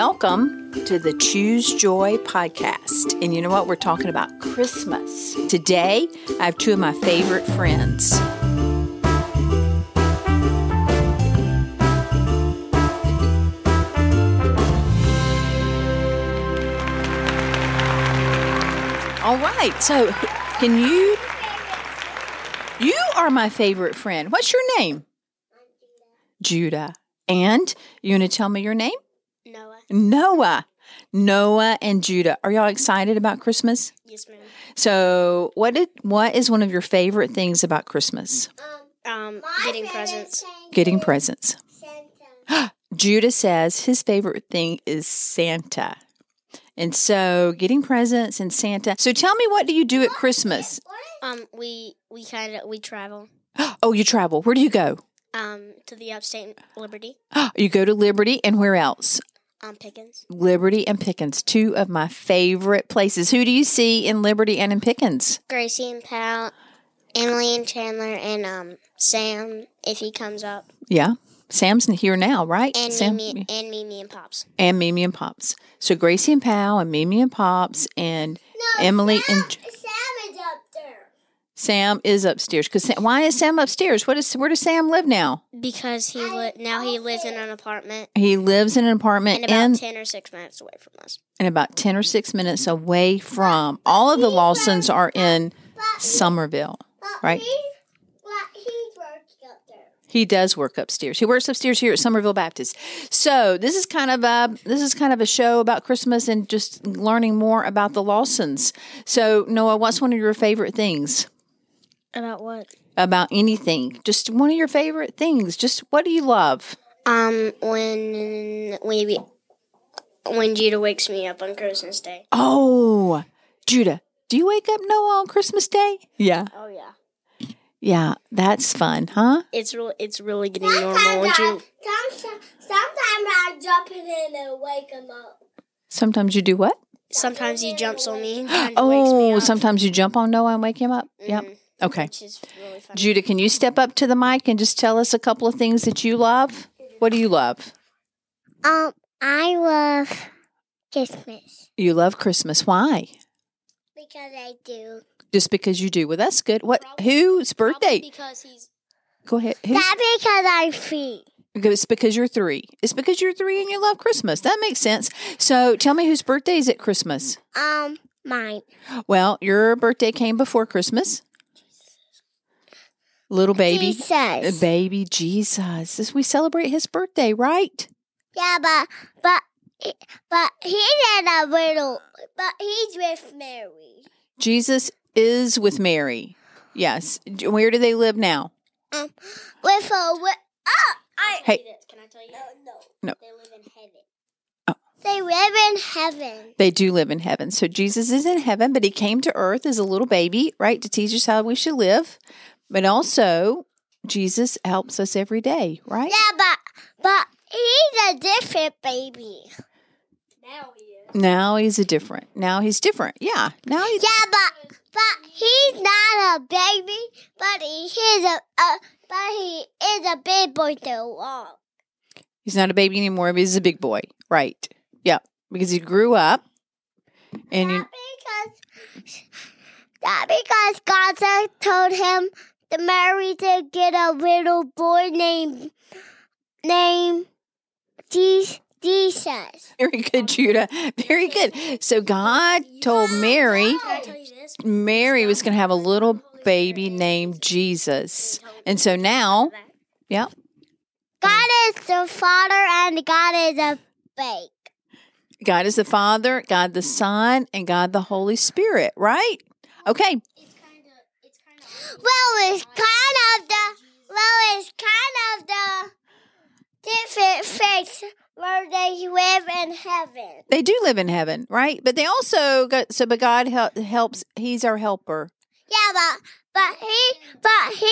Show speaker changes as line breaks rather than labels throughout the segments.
Welcome to the Choose Joy podcast. And you know what? We're talking about Christmas. Today, I have two of my favorite friends. All right. So, can you? You are my favorite friend. What's your name? Judah. And you want to tell me your name?
Noah.
Noah. Noah and Judah. Are y'all excited about Christmas?
Yes, ma'am.
So, what did what is one of your favorite things about Christmas?
Um, getting presents.
Getting presents. Judah says his favorite thing is Santa. And so, getting presents and Santa. So, tell me what do you do at Christmas?
Um, we we kind of we travel
Oh, you travel. Where do you go?
um to the upstate Liberty,
You go to Liberty and where else?
um Pickens,
Liberty and Pickens, two of my favorite places. Who do you see in Liberty and in Pickens?
Gracie and Pal, Emily and Chandler, and um Sam if he comes up,
Yeah. Sam's here now, right?
and
Sam,
Mimi and Mimi and Pops.
and Mimi and Pops. So Gracie and Pal and Mimi and Pops and Emily and J-
Sam is up there
Sam is upstairs. Cause Sam, why is Sam upstairs? What is where does Sam live now?
because he li- now he lives in an apartment
He lives in an apartment
and about
in
ten or six minutes away from us.
and about ten or six minutes away from all of the Lawsons are in Somerville, right? He does work upstairs. He works upstairs here at Somerville Baptist. So this is kind of a this is kind of a show about Christmas and just learning more about the Lawsons. So Noah, what's one of your favorite things?
About what?
about anything. Just one of your favorite things. Just what do you love?
Um, when we when Judah wakes me up on Christmas Day.
Oh, Judah, do you wake up Noah on Christmas Day? Yeah.
Oh yeah.
Yeah, that's fun, huh?
It's really it's really getting normal once you
Sometimes, sometimes I jump in and wake him up.
Sometimes you do what?
sometimes he jumps on me and kinda wakes me
Oh,
up. Mm-hmm.
sometimes you jump on Noah and wake him up. Yep. Okay.
Which is really funny.
Judah, can you step up to the mic and just tell us a couple of things that you love? What do you love?
Um, I love Christmas
You love Christmas. Why?
because I do.
Just because you do. Well, that's good. What? Whose birthday?
Because he's
Go ahead. Whose
That because I'm free.
Because It's because you're three. It's because you're three and you love Christmas. That makes sense. So tell me whose birthday is at Christmas?
Um, mine.
Well, your birthday came before Christmas. Little baby. Uh,
Jesus.
Baby Jesus. This- We celebrate his birthday, right?
Yeah, but but but he's in a little. But he's with Mary.
Jesus is with Mary. Yes. D- Where do they live now?
Um, with a with. Oh, I
Hey.
can I tell you?
no.
No.
They live in heaven.
They live in heaven.
They do live in heaven. So Jesus is in heaven, but he came to earth as a little baby, right, to teach us how we should live. But also, Jesus helps us every day, right?
Yeah, but but he's a different baby.
Now he is.
Now he's a different. Now he's different. Yeah. Now he's
Yeah, but but he's not a baby, but he is a, a but he is a big boy to walk.
he's not a baby anymore, but he's a big boy. Right. Yeah. Because he grew up and you,
That because that because God said- told him to Mary to get a little boy named named Je- Jesus.
very good, Judah. Very good. So God told Mary
Can I tell you this?
Mary was gonna have a little baby named Jesus. And so now yeah. Mm.
God is the Father and God is a bake.
God is the Father, God the Son, and God the Holy Spirit, right? Okay.
Well, it's kind of the well, it's kind of the different things where they live in heaven.
They do live in heaven, right? But they also got so but God hel- helps he's our helper.
Yeah, but but he but he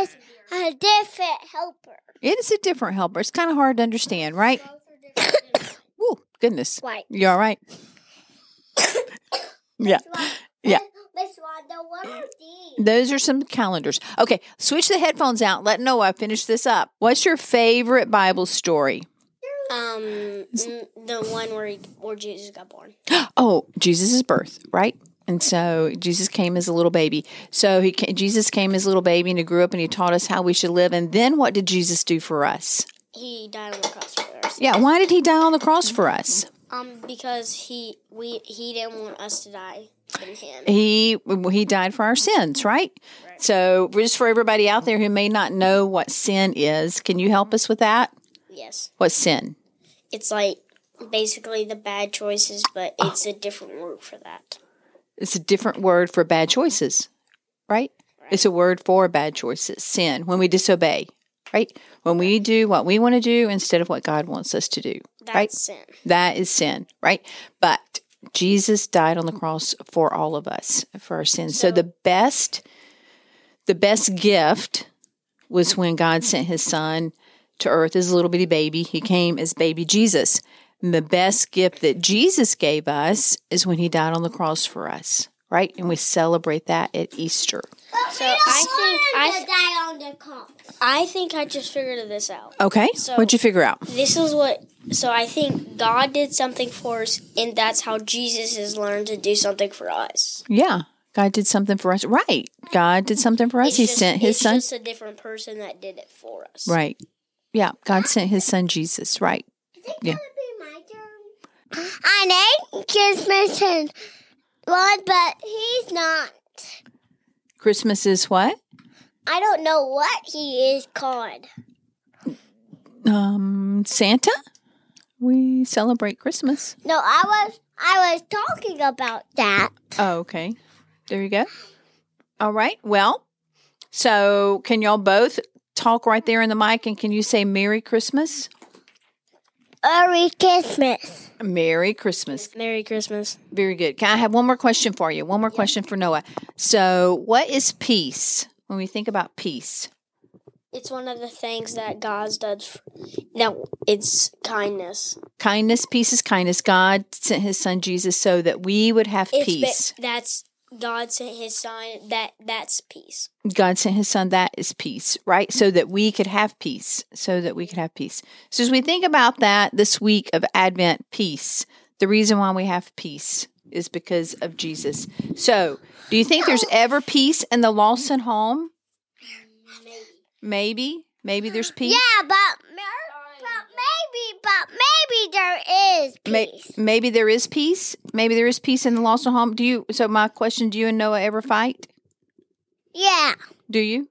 is a different helper.
It is a different helper. It's kind of hard to understand, right? Woo, goodness.
Right.
You all right? yeah. Yeah.
Miss Wanda, what are these?
Those are some calendars. Okay, switch the headphones out. Let Noah finish this up. What's your favorite Bible story?
Um, n- the one where he, where Jesus got born.
Oh, Jesus' birth, right? And so Jesus came as a little baby. So he ca- Jesus came as a little baby and he grew up and he taught us how we should live. And then what did Jesus do for us?
He died on the cross for us.
Yeah, why did he die on the cross for us?
Um, because he we he didn't want us to die in him.
he he died for our sins, right? So just for everybody out there who may not know what sin is, can you help us with that?
Yes,
What's sin?
it's like basically the bad choices, but it's a different word for that.
It's a different word for bad choices, right? It's a word for bad choices, sin, when we disobey, right? When we do what we want to do instead of what God wants us to do,
That's
right?
sin.
That is sin, right? But Jesus died on the cross for all of us for our sins. So, the best the best gift was when God sent his son to earth as a little bitty baby. He came as baby Jesus. And the best gift that Jesus gave us is when he died on the cross for us, right? And we celebrate that at Easter.
So I think I th-
die on the cross.
I think I just figured this out.
Okay.
So-
What'd you figure out?
This is what. So I think God did something for us, and that's how Jesus has learned to do something for us.
Yeah. God did something for us. Right. God did something for us.
It's
he
just-
sent his
it's
son.
just a different person that did it for us.
Right. Yeah. God sent his son Jesus. Right. Yeah.
I named Christmas and Lord, but he's not.
Christmas is what?
I don't know what he is called.
Um, Santa? We celebrate Christmas.
No, I was I was talking about that.
Oh, okay. There you go. All right. Well, so can y'all both talk right there in the mic and can you say Merry Christmas?
Merry Christmas.
Merry Christmas.
Merry Christmas.
Very good. Can I have one more question for you? One more question for Noah. So, what is peace? When we think about peace,
It's one of the things that God does. For, no, it's kindness.
kindness, peace is kindness. God sent his son Jesus so that we would have
It's ba-
peace.
that's God sent His sign. That that's peace.
God sent his son, that is peace, right? So that we could have peace, so that we could have peace. So, as we think about that this week of Advent, peace, the reason why we have peace is because of Jesus. So, do you think there's ever peace in the Lawson home? Maybe. Maybe there's peace.
Yeah, but, mer- but maybe, but maybe there is
May-
peace.
maybe there is peace. Maybe there is peace in the Lawson home. Do you? So, my question do you and Noah ever fight?
yeah,
Do you?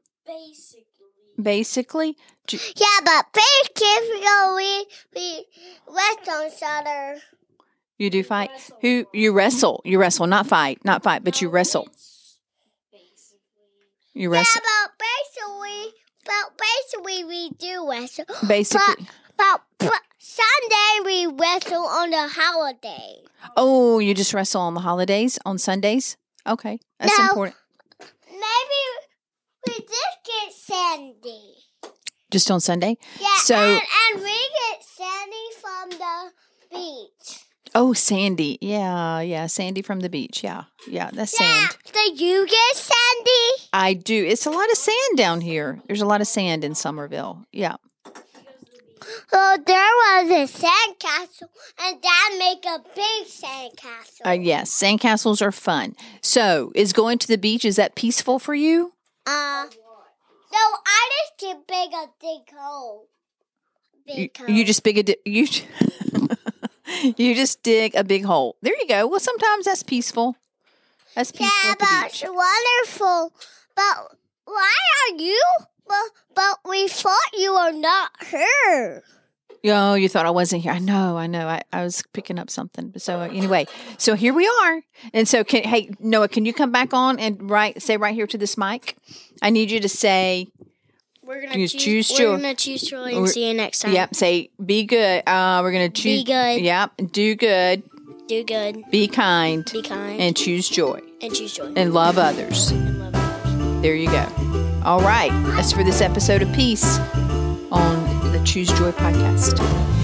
Basically. Do-
yeah, but first Christmas we we rest on each other.
You do fight. Who you wrestle? You wrestle, not fight, not fight, but you wrestle. You
Yeah,
wrestle.
but basically, but basically we do wrestle.
Basically,
But, but Sunday we wrestle on the holiday.
oh, you just wrestle on the holidays on Sundays. Okay, that's
No.
important.
Maybe we just get Sandy.
Just on Sunday.
Yeah,
So-
and, and we get Sandy from the beach.
Oh, Sandy. Yeah, yeah, Sandy from the beach. Yeah, yeah, that's
Yeah,
sand.
so you get Sandy.
I do. It's a lot of sand down here. There's a lot of sand in Somerville. Yeah.
So Oh, there was a sandcastle, and Dad make a big sandcastle.
Uh, yes, sandcastles are fun. So, is going to the beach is that peaceful for you?
Uh, so I just get big a big hole.
you,
Big
you
hole.
just big a di- you j- you just dig a big hole. There you go. Well, sometimes that's peaceful. That's peaceful.
Yeah,
at the
but
beach.
it's wonderful. But why are you? But, but we thought you were not her.
Yo, oh, you thought I wasn't here. I know, I know. I, I was picking up something. So uh, anyway, so here we are. And so can hey Noah, can you come back on and right say right here to this mic? I need you to say
We're gonna
You
choose.
choose
we're
joy.
gonna choose joy
We're-
and see you next time.
yep, say be good. Uh we're gonna choose
good.
Yep. Do good.
Do good.
Be kind.
Be kind.
and choose joy.
and choose joy.
And love others.
and love others.
There you go. All right. That's for this episode of Peace on the Choose Joy podcast.